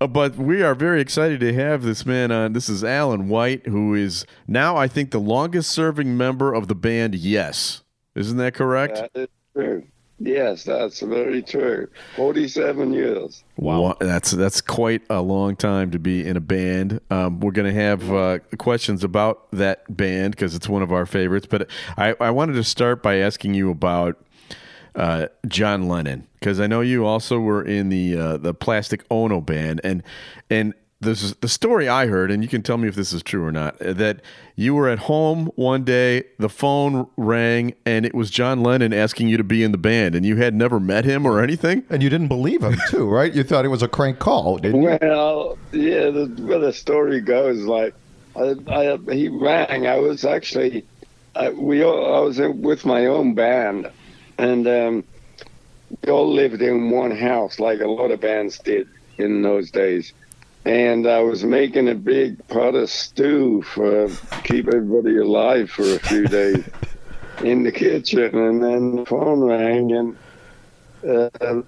Speaker 6: uh, but we are very excited to have this man on. This is Alan White, who is now, I think, the longest serving member of the band. Yes, isn't that correct?
Speaker 11: That is true. Yes, that's very true. 47 years.
Speaker 6: Wow, that's that's quite a long time to be in a band. Um, we're going to have uh, questions about that band because it's one of our favorites. But I, I wanted to start by asking you about uh, John Lennon because I know you also were in the uh, the Plastic Ono band and and this is the story I heard and you can tell me if this is true or not uh, that you were at home one day the phone rang and it was John Lennon asking you to be in the band and you had never met him or anything
Speaker 1: and you didn't believe him too right you thought it was a crank call didn't you
Speaker 11: Well, yeah, the, well, the story goes like I, I, he rang. I was actually I, we all, I was in, with my own band, and um, we all lived in one house, like a lot of bands did in those days. And I was making a big pot of stew for keep everybody alive for a few days in the kitchen, and then the phone rang and uh,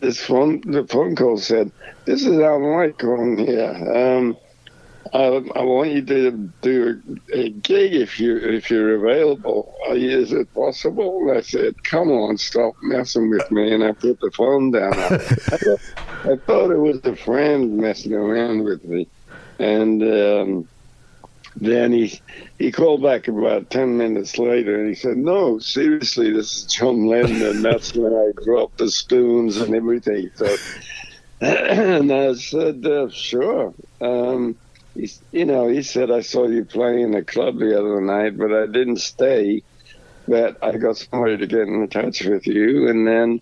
Speaker 11: this phone the phone call said, "This is Al Michael on here. Um, I, I want you to do a, a gig if you if you're available. Uh, Is it possible?" And I said, "Come on, stop messing with me." And I put the phone down. I, I, thought, I thought it was a friend messing around with me, and. Um, then he he called back about ten minutes later and he said, "No, seriously, this is John Lennon." And that's when I dropped the spoons and everything. So, *clears throat* and I said, uh, "Sure." Um, he, you know, he said, "I saw you playing in a club the other night, but I didn't stay. But I got somebody to get in touch with you, and then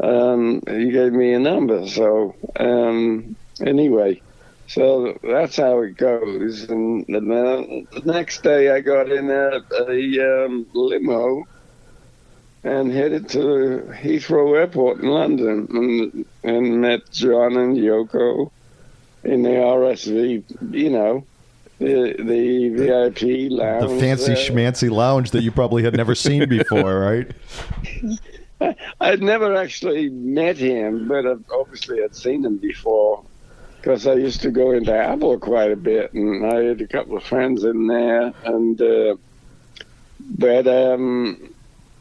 Speaker 11: um, he gave me a number." So, um, anyway. So that's how it goes. And then the next day, I got in a, a um, limo and headed to Heathrow Airport in London and, and met John and Yoko in the RSV, you know, the, the VIP
Speaker 1: the
Speaker 11: lounge.
Speaker 1: fancy
Speaker 11: uh,
Speaker 1: schmancy lounge that you probably had never seen before right
Speaker 11: I'd never actually met him, but I've, obviously I'd seen him before because I used to go into Apple quite a bit, and I had a couple of friends in there, and uh, but um,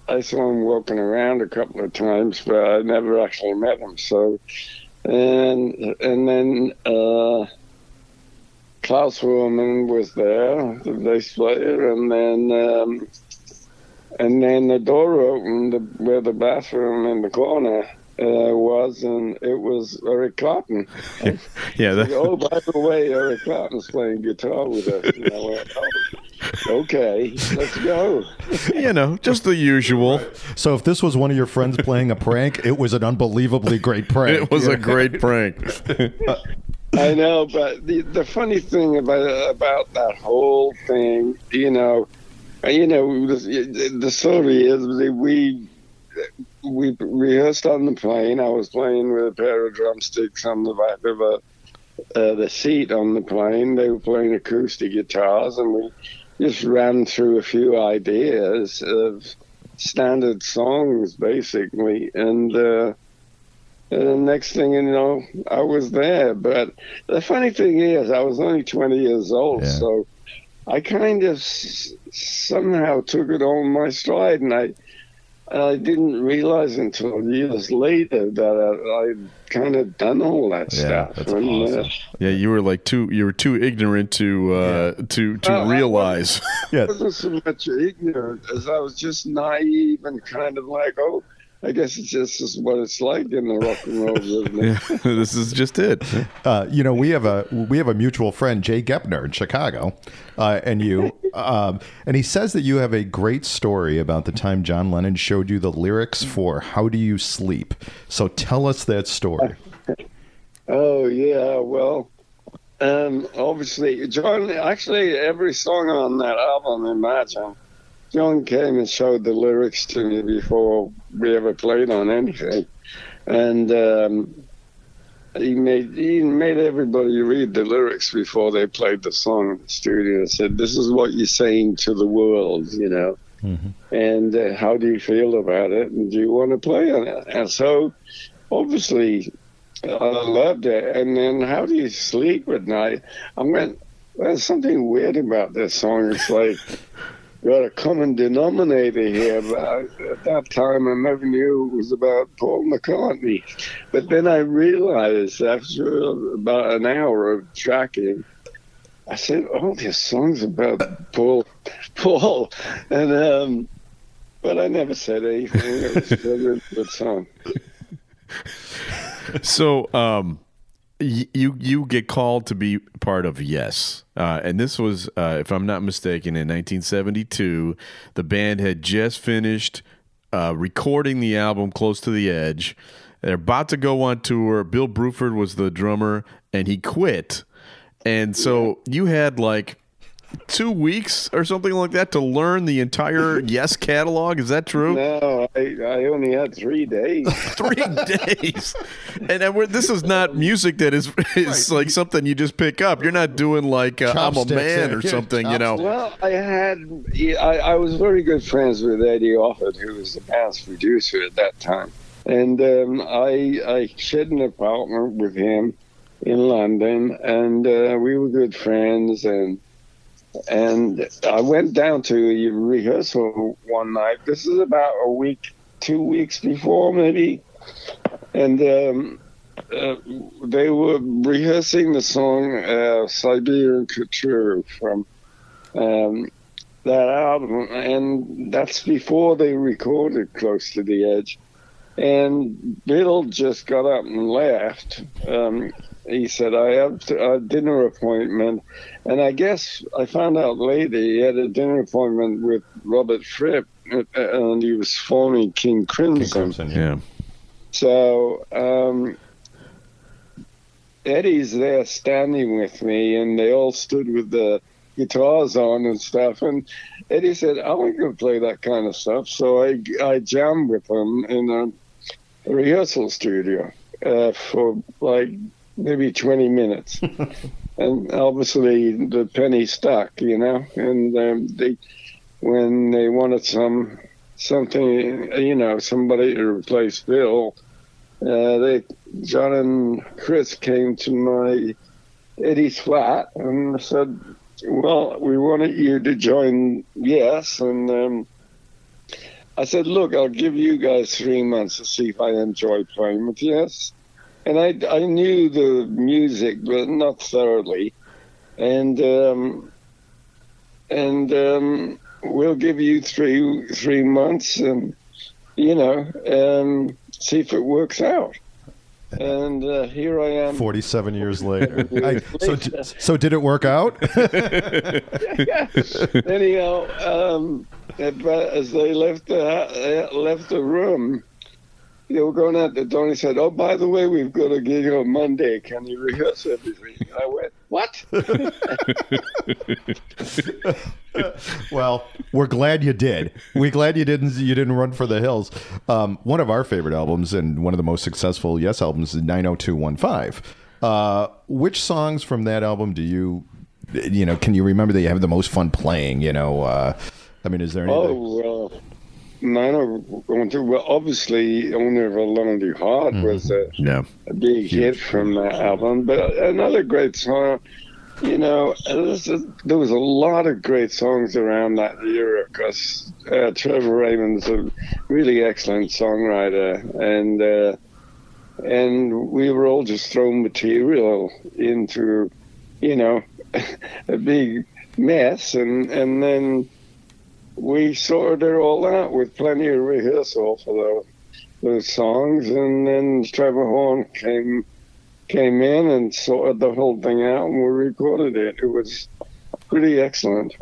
Speaker 11: I saw him walking around a couple of times, but I never actually met him. So, and and then uh, Klaus Ruhrmann was there, the bass player, and then. Um, and then the door opened the, where the bathroom in the corner uh, was, and it was Eric Clapton.
Speaker 6: yeah *laughs*
Speaker 11: He said, oh, by the way, Eric Clapton's playing guitar with us. And I went, "Oh, okay, let's go.
Speaker 6: you know just the usual
Speaker 1: so if this was one of your friends playing a prank it was an unbelievably great prank
Speaker 6: it was a great prank
Speaker 11: I know, but the, the funny thing about about that whole thing, you know, you know, the, the story is that we we rehearsed on the plane. I was playing with a pair of drumsticks on the back of a uh, the seat on the plane. They were playing acoustic guitars, and we just ran through a few ideas of standard songs, basically, and. Uh, and the next thing you know, I was there. But the funny thing is, I was only 20 years old, so I kind of s- somehow took it on my stride, and I and I didn't realize until years later that I, I'd kind of done all that stuff. And, uh,
Speaker 6: yeah you were like too you were too ignorant to uh to to
Speaker 11: Well, I-
Speaker 6: realize
Speaker 11: I wasn't so much ignorant as I was just naive and kind of like, oh, I guess it's just is what it's like in the rock and roll business.
Speaker 6: *laughs* this is just it.
Speaker 1: Uh, you know, we have a we have a mutual friend, Jay Gepner in Chicago, uh, and you, um, and he says that you have a great story about the time John Lennon showed you the lyrics for "How Do You Sleep." So tell us that story.
Speaker 11: Oh yeah, well, um, obviously John. Actually, every song on that album, Imagine, John came and showed the lyrics to me before we ever played on anything, and um, he made he made everybody read the lyrics before they played the song in the studio. and said, "This is what you're saying to the world," you know and uh, how do you feel about it and do you want to play on it and so obviously i loved it and then how do you sleep at night i went there's something weird about this song it's like *laughs* got a common denominator here but I, at that time i never knew it was about paul mccartney but then i realized after about an hour of tracking I *laughs* said, "Oh, this song's about Paul, Paul," and um, But I never said anything. It was a really good song.
Speaker 6: so um y- you you get called to be part of yes uh, and this was uh, if i'm not mistaken in 1972 the band had just finished uh, recording the album close to the edge they're about to go on tour bill bruford was the drummer and he quit and so you had like two weeks or something like that to learn the entire yes catalog is that true
Speaker 11: No, I, I only had three days.
Speaker 6: three
Speaker 11: *laughs*
Speaker 6: days. And then we're, this is not music that is is like something you just pick up. You're not doing like uh, I'm a
Speaker 11: Chopsticks,
Speaker 6: man
Speaker 11: yeah.
Speaker 6: or something, you know.
Speaker 11: Well, I had, I, I was very good friends with Eddie Offord, who was the band's producer at that time, and um, I I shared an apartment with him in London, and uh, we were good friends, and and I went down to a rehearsal one night. This is about a week, two weeks before maybe, and. Um, uh, they were rehearsing the song uh, Siberian Couture from um, that album, and that's before they recorded Close to the Edge. And Bill just got up and left. Um, he said, "I have a dinner appointment," and I guess I found out later he had a dinner appointment with Robert Fripp, uh, and he was forming King Crimson.
Speaker 6: Yeah.
Speaker 11: So um, Eddie's there standing with me, and they all stood with the guitars on and stuff. And Eddie said, "I want to play that kind of stuff." So I I jammed with them in a rehearsal studio uh, for like maybe twenty minutes. and obviously the penny stuck, you know. And um, they when they wanted some something, you know, somebody to replace Bill. Uh, they, John and Chris came to my Eddie's flat and said, "Well, we wanted you to join, yes." And um, I said, "Look, I'll give you guys three months to see if I enjoy playing with yes." And I, I knew the music, but not thoroughly. And um, and um, we'll give you three three months, and you know, um, see if it works out. And uh, here I am.
Speaker 1: 47 years
Speaker 11: *laughs*
Speaker 1: later. I- so, d- so did it work out?
Speaker 11: *laughs* Anyhow, um, about as they left the uh, left the room, they were going out the door. And he said, "Oh, by the way, we've got a gig on Monday. Can you rehearse everything?" And I went, "What?"
Speaker 1: well, we're glad you did. We're glad you didn't you didn't run for the hills. Um, one of our favorite albums and one of the most successful Yes albums is 90215. Uh, which songs from that album do you you know, can you remember that you have the most fun playing, you know, uh, I mean, is there anything?
Speaker 11: oh well, nine of well, obviously, "Owner of a Lonely Heart" was a
Speaker 6: Yeah.
Speaker 11: a big hit from that album. But another great song, you know, uh, this is- there was a lot of great songs around that era because uh, Trevor Raymond's a really excellent songwriter, and uh, and we were all just throwing material into, you know, *laughs* a big mess, and and then. We sorted it all out with plenty of rehearsal for the those songs, and then Trevor Horn came came in and sorted the whole thing out, and we recorded it. It was pretty excellent.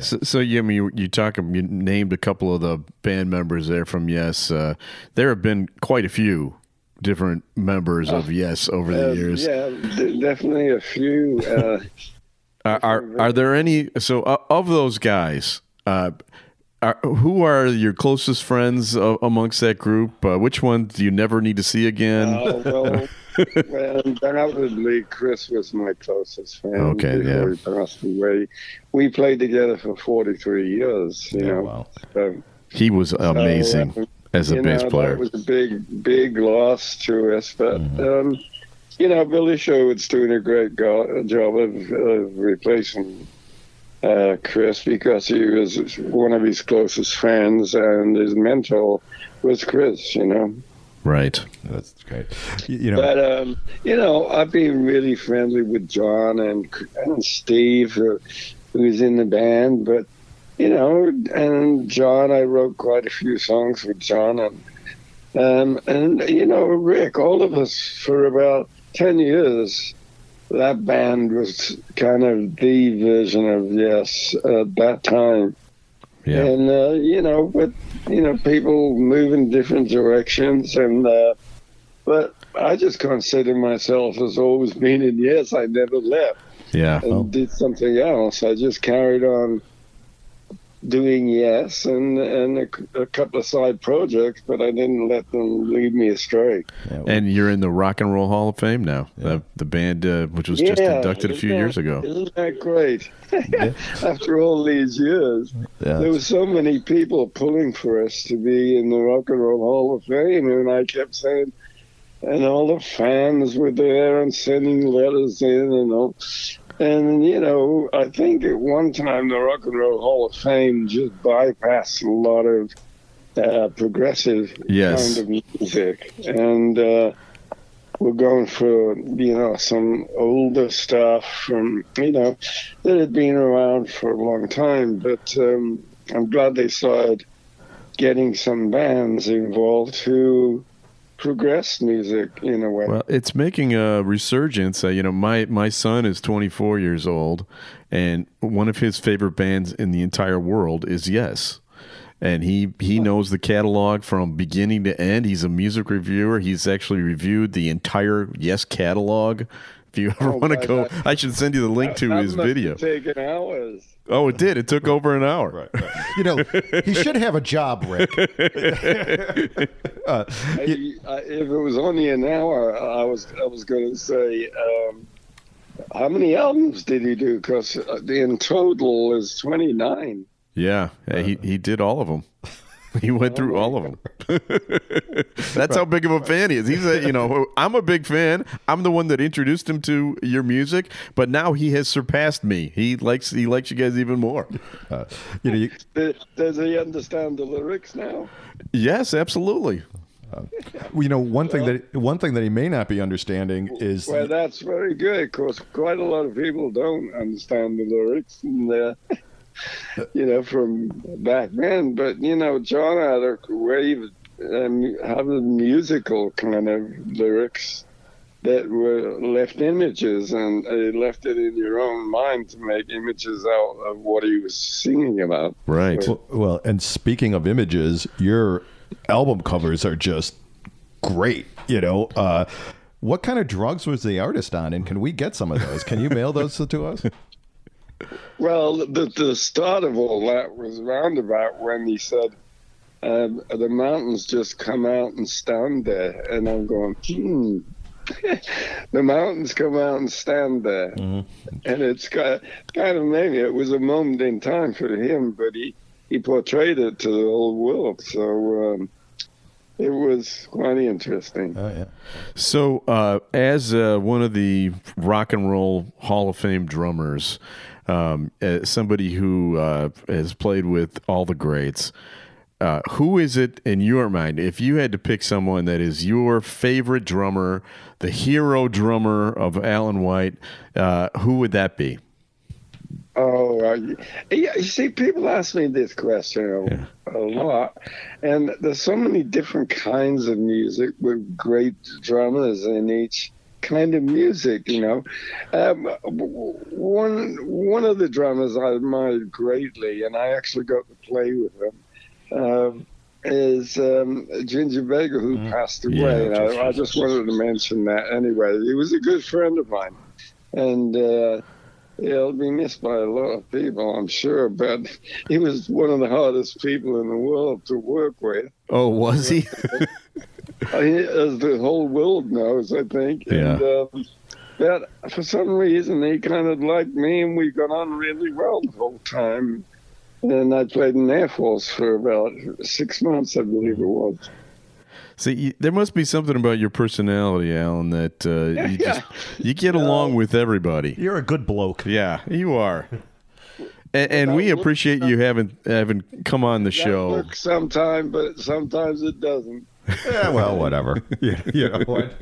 Speaker 6: So, so you, I mean, you, you talk. You named a couple of the band members there from Yes. Uh, there have been quite a few different members of Yes over the
Speaker 11: Uh,
Speaker 6: years.
Speaker 11: yeah, d- definitely a few. *laughs* Uh,
Speaker 6: Are, are are there any? So uh, of those guys, uh, are, who are your closest friends uh, amongst that group? Uh, which ones do you never need to see again?
Speaker 11: uh, well, well, undoubtedly, Chris was my closest friend.
Speaker 6: Okay,
Speaker 11: before
Speaker 6: yeah.
Speaker 11: he passed away. We played together for forty three years. You know, Um, so.
Speaker 6: he was amazing
Speaker 11: So, uh,
Speaker 6: as a
Speaker 11: you
Speaker 6: bass
Speaker 11: know,
Speaker 6: player.
Speaker 11: That was a big, big loss to us. But,
Speaker 6: Mm-hmm.
Speaker 11: um, you know, Billy Sherwood's doing a great go- job of, of replacing uh, Chris because he was one of his closest friends and his mentor was Chris, you know.
Speaker 6: right.
Speaker 1: That's great. You, you know,
Speaker 11: But um, you know, I've been really friendly with John and and Steve, who, who's in the band. But you know, and John, I wrote quite a few songs with John, and um, and you know, Rick, all of us for about ten years, that band was kind of the version of Yes at that time.
Speaker 6: Yeah.
Speaker 11: And uh, you know, with you know, people move in different directions, and uh, but I just consider myself as always being in Yes. I never left
Speaker 6: Yeah.
Speaker 11: and did something else. I just carried on doing yes and and a, c- a couple of side projects, but I didn't let them lead me astray.
Speaker 6: And you're in the Rock and Roll Hall of Fame now. The, the band, uh, which was just
Speaker 11: Yeah,
Speaker 6: inducted a
Speaker 11: isn't
Speaker 6: few
Speaker 11: that-
Speaker 6: years ago.
Speaker 11: Isn't that great? *laughs* After all these years,
Speaker 6: Yeah.
Speaker 11: there were so many people pulling for us to be in the Rock and Roll Hall of Fame, and I kept saying, and all the fans were there and sending letters in, and all. And you know, I think at one time the Rock and Roll Hall of Fame just bypassed a lot of uh, progressive
Speaker 6: Yes.
Speaker 11: kind of music, and. Uh, we're going for you know some older stuff from you know that had been around for a long time but um, i'm glad they started getting some bands involved who progress music in a way
Speaker 6: Well, it's making a resurgence. Uh, you know, my my son is 24 years old, and one of his favorite bands in the entire world is Yes. And he, he knows the catalog from beginning to end. He's a music reviewer. He's actually reviewed the entire Yes catalog. If you *laughs* ever
Speaker 11: Oh,
Speaker 6: want
Speaker 11: my
Speaker 6: to go,
Speaker 11: God.
Speaker 6: I should send you the link to
Speaker 11: That
Speaker 6: his
Speaker 11: must have
Speaker 6: video.
Speaker 11: taken hours
Speaker 6: Oh, it did. It took over an hour.
Speaker 1: You know, he should have a job, Rick.
Speaker 11: uh, if it was only an hour, I was I was going to say, um, how many albums did he do? Because in total is twenty nine.
Speaker 6: Yeah, yeah, he he did all of them. *laughs* He went through all of them. *laughs* That's how big of a fan he is. He's a, you know, I'm a big fan. I'm the one that introduced him to your music, but now he has surpassed me. He likes he likes you guys even more.
Speaker 1: you know, you,
Speaker 11: Does he understand the lyrics now?
Speaker 6: yes, absolutely.
Speaker 1: you know, one thing that one thing that he may not be understanding is
Speaker 11: Well, that's very good. Of course, quite a lot of people don't understand the lyrics, and uh, you know, from back then. But you know, John had a way of um, having musical kind of lyrics that were left images, and uh, left it in your own mind to make images out of what he was singing about.
Speaker 6: Right.
Speaker 1: Well, well, and speaking of images, your album covers are just great. You know, uh, what kind of drugs was the artist on, and can we get some of those? Can you mail those to
Speaker 6: *laughs*
Speaker 1: us?
Speaker 11: Well, the, the start of all that was roundabout when he said, um, "The mountains just come out and stand there," and I'm going, "Hmm." *laughs* the mountains come out and stand there, and it's ki- kind of maybe it was a moment in time for him, but he he portrayed it to the whole world, so um, it was quite interesting.
Speaker 1: Oh yeah.
Speaker 6: So, uh, as uh, one of the rock and roll Hall of Fame drummers, um, as somebody who uh, has played with all the greats, uh, who is it in your mind? If you had to pick someone that is your favorite drummer, the hero drummer of Alan White, uh, who would that be?
Speaker 11: Oh, uh, y- yeah. You see, people ask me this question a, a lot, and there's so many different kinds of music with great drummers in each kind of music. You know, um, w- w- one one of the drummers I admired greatly, and I actually got to play with him. Um, is um, Ginger Baker, who passed away. and I, I just wanted to mention that anyway. He was a good friend of mine, and uh, He'll be missed by a lot of people, I'm sure, but *laughs* he was one of the hardest people in the world to work with.
Speaker 6: Oh, was he?
Speaker 11: I mean, As the whole world knows, I think.
Speaker 6: Yeah.
Speaker 11: And, um, that for some reason he kind of liked me, and we got on really well the whole time. And I played in the Air Force for about six months, I believe it was.
Speaker 6: See, you, there must be something about your personality, Alan, that
Speaker 11: *laughs*
Speaker 6: uh, you just you get along with everybody.
Speaker 1: You're a good bloke.
Speaker 6: Yeah, you are. And, and we appreciate you having having come on the show.
Speaker 11: Works sometime, but sometimes it doesn't.
Speaker 1: Yeah, well, *laughs* whatever. you, you know what?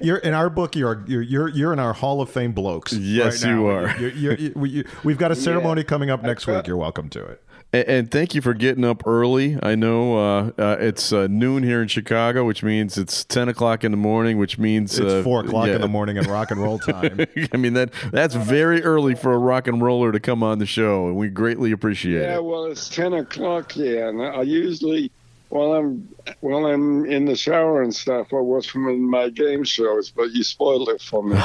Speaker 1: You're in our book. You're you're you're, you're in our Hall of Fame blokes.
Speaker 6: Yes,
Speaker 1: right now.
Speaker 6: you are.
Speaker 1: You're, you're, you we, you, we've got a ceremony coming up next week. You're welcome to it.
Speaker 6: And, and thank you for getting up early. I know uh, uh, it's uh, noon here in Chicago, which means it's ten o'clock in the morning, which means
Speaker 1: It's
Speaker 6: uh,
Speaker 1: four o'clock
Speaker 6: yeah.
Speaker 1: in the morning in rock and roll time.
Speaker 6: *laughs* I mean that that's very early for a rock and roller to come on the show, and we greatly appreciate
Speaker 11: Yeah,
Speaker 6: it. *laughs*
Speaker 11: well, it's ten o'clock here, and I usually while I'm while I'm in the shower and stuff, I watch from my game shows. But you spoiled it for me.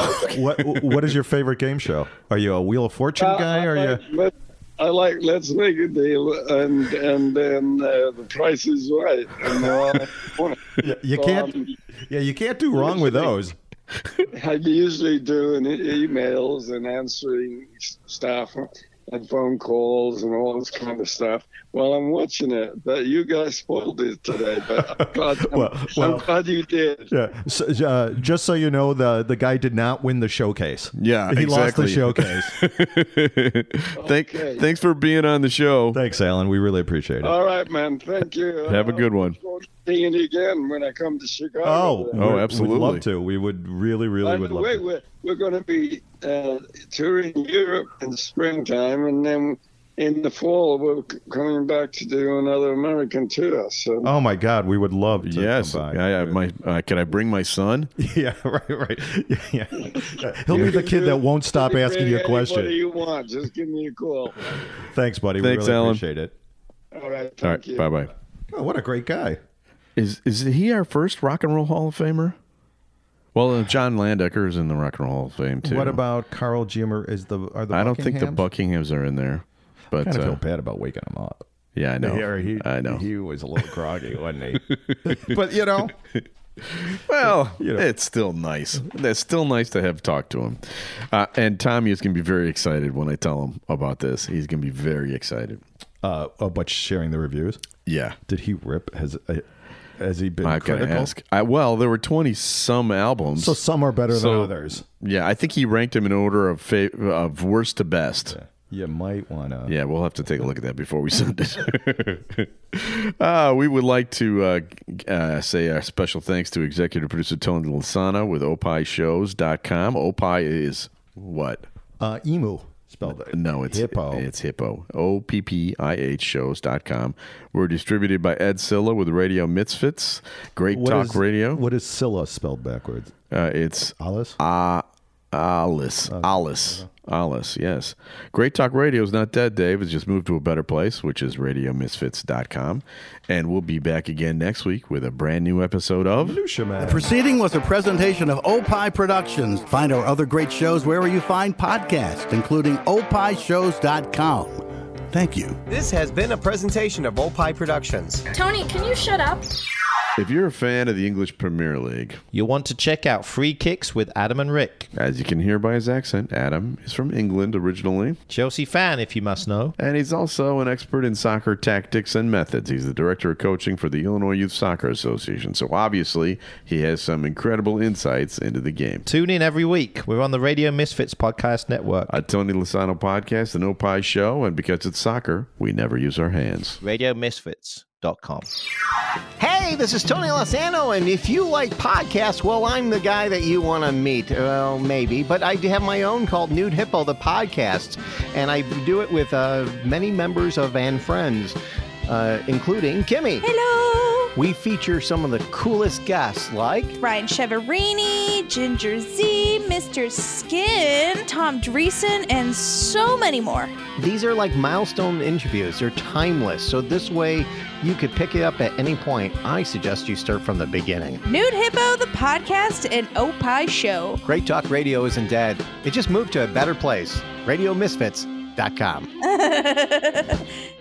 Speaker 1: what What is your favorite game show? Are you a Wheel of Fortune
Speaker 11: Uh,
Speaker 1: guy? Are you?
Speaker 11: Let, I like Let's Make a Deal and and then uh, The Price is Right. And they're all
Speaker 1: *laughs* You
Speaker 11: So
Speaker 1: can't.
Speaker 6: um,
Speaker 11: I'm-
Speaker 1: Yeah, you can't do wrong with those.
Speaker 11: I'm usually doing e- emails and answering s- stuff and phone calls and all this kind of stuff while I'm watching it. But you guys spoiled it today.
Speaker 1: *laughs*
Speaker 11: But I'm glad, I'm,
Speaker 1: Well- well-
Speaker 11: I'm glad you did.
Speaker 1: Yeah. So, uh, just so you know, the the guy did not win the showcase.
Speaker 6: Yeah,
Speaker 1: he lost the
Speaker 6: exactly.
Speaker 1: showcase.
Speaker 6: Thank,
Speaker 11: Okay.
Speaker 6: Thanks for being on the show.
Speaker 1: *laughs* Thanks, Alan. We really appreciate
Speaker 6: Uh,
Speaker 11: All right, man. Thank you.
Speaker 6: Have a
Speaker 1: *laughs*
Speaker 6: good one.
Speaker 11: I'll see you again when I come to Chicago.
Speaker 1: Oh,
Speaker 6: Oh,
Speaker 1: we'd-
Speaker 6: absolutely.
Speaker 1: We'd love to. We would really, really
Speaker 11: By
Speaker 1: would
Speaker 11: the
Speaker 1: love.
Speaker 11: way,
Speaker 1: to.
Speaker 11: we're, we're going to be uh, touring Europe in springtime, and then in the fall we're c- coming back to do another American tour. So
Speaker 1: Oh my God, we would love to.
Speaker 6: Yes,
Speaker 1: come by.
Speaker 6: I, I, my, uh, can I bring my son?
Speaker 1: *laughs* Yeah, right, right. *laughs* Yeah, yeah.
Speaker 6: *laughs*
Speaker 1: He'll be the kid that won't stop asking you a
Speaker 11: What do
Speaker 1: question.
Speaker 11: you want? Just give me a call.
Speaker 1: Thanks, buddy.
Speaker 6: Thanks,
Speaker 1: we really
Speaker 6: Alan.
Speaker 1: appreciate it.
Speaker 11: All right. Thank
Speaker 6: All right,
Speaker 11: you.
Speaker 6: bye bye.
Speaker 1: Oh, what a great guy.
Speaker 6: Is is he our first Rock and Roll Hall of Famer? Well, uh, John Landecker is in the Rock and Roll Hall of Fame too.
Speaker 1: What about Carl Jimmer? Is the are the
Speaker 6: I don't think the Buckinghams are in there, but
Speaker 1: kind of
Speaker 6: uh,
Speaker 1: feel bad about waking him up.
Speaker 6: yeah, I know.
Speaker 1: Yeah, he-
Speaker 6: I know.
Speaker 1: He was a little groggy, wasn't
Speaker 6: *laughs*
Speaker 1: he? but you know,
Speaker 6: Well,
Speaker 1: You know.
Speaker 6: it's still nice. It's still nice to have talked to him. Uh, and Tommy is going to be very excited when I tell him about this. He's going to be very excited.
Speaker 1: uh, oh, but sharing the reviews.
Speaker 6: Yeah.
Speaker 1: Did he rip? Has uh, has he been
Speaker 6: I've got to
Speaker 1: critical?
Speaker 6: ask. I, well, there were 20 some albums.
Speaker 1: So some are better than
Speaker 6: So-
Speaker 1: others.
Speaker 6: yeah, I think he ranked them in order of fa- of worst to best.
Speaker 1: You might want to.
Speaker 6: Yeah, we'll have to take a look at that before we send it. *laughs* uh, we would like to uh, g- uh, say our special thanks to executive producer Tony Lasana with opishows.com. Opie is what?
Speaker 1: Uh, emu spelled it.
Speaker 6: No, it's
Speaker 1: hippo.
Speaker 6: It's hippo. O P P I H shows.com. We're distributed by Ed Silla with Radio Misfits, Great
Speaker 1: What
Speaker 6: Talk
Speaker 1: is-
Speaker 6: Radio.
Speaker 1: What is Scylla spelled backwards?
Speaker 6: Uh, it's
Speaker 1: Alice?
Speaker 6: Ah, Alice. Uh-huh. Alice. Alice, yes. Great Talk Radio is not dead, Dave. It's just moved to a better place, which is radiomisfits.com. And we'll be back again next week with a brand new episode of.
Speaker 3: The proceeding was a presentation of Opie Productions. Find our other great shows wherever you find podcasts, including opishows.com. Thank you.
Speaker 12: This has been a presentation of Opie Productions.
Speaker 13: Tony, can you shut up?
Speaker 6: If you're a fan of the English Premier League,
Speaker 14: You'll want to check out Free Kicks with Adam and Rick.
Speaker 6: as you can hear by his accent, Adam is from England originally.
Speaker 14: Chelsea fan, if you must know.
Speaker 6: And he's also an expert in soccer tactics and methods. He's the director of coaching for the Illinois Youth Soccer Association. So obviously, he has some incredible insights into the game.
Speaker 14: Tune in every week. We're on the Radio Misfits Podcast Network.
Speaker 6: A Tony Lasano podcast, the No Pie Show, and because it's soccer, we never use our hands.
Speaker 14: RadioMisfits.com.
Speaker 12: Hey, this is Tony Lozano, and if you like podcasts, well, I'm the guy that you want to meet. Well, maybe, but I do have my own called Nude Hippo, the podcast, and I do it with uh, many members of and friends, uh, including Kimmy.
Speaker 15: Hello.
Speaker 12: We feature some of the coolest guests, like
Speaker 15: Ryan Cheverini, Ginger Z, Mr. Skin, Tom Dreesen, and so many more.
Speaker 12: These are like milestone interviews. They're timeless. So this way you could pick it up at any point. I suggest you start from the beginning.
Speaker 15: Nude Hippo, the podcast, and Opie Show.
Speaker 12: Great Talk Radio isn't dead. It just moved to a better place. RadioMisfits.com.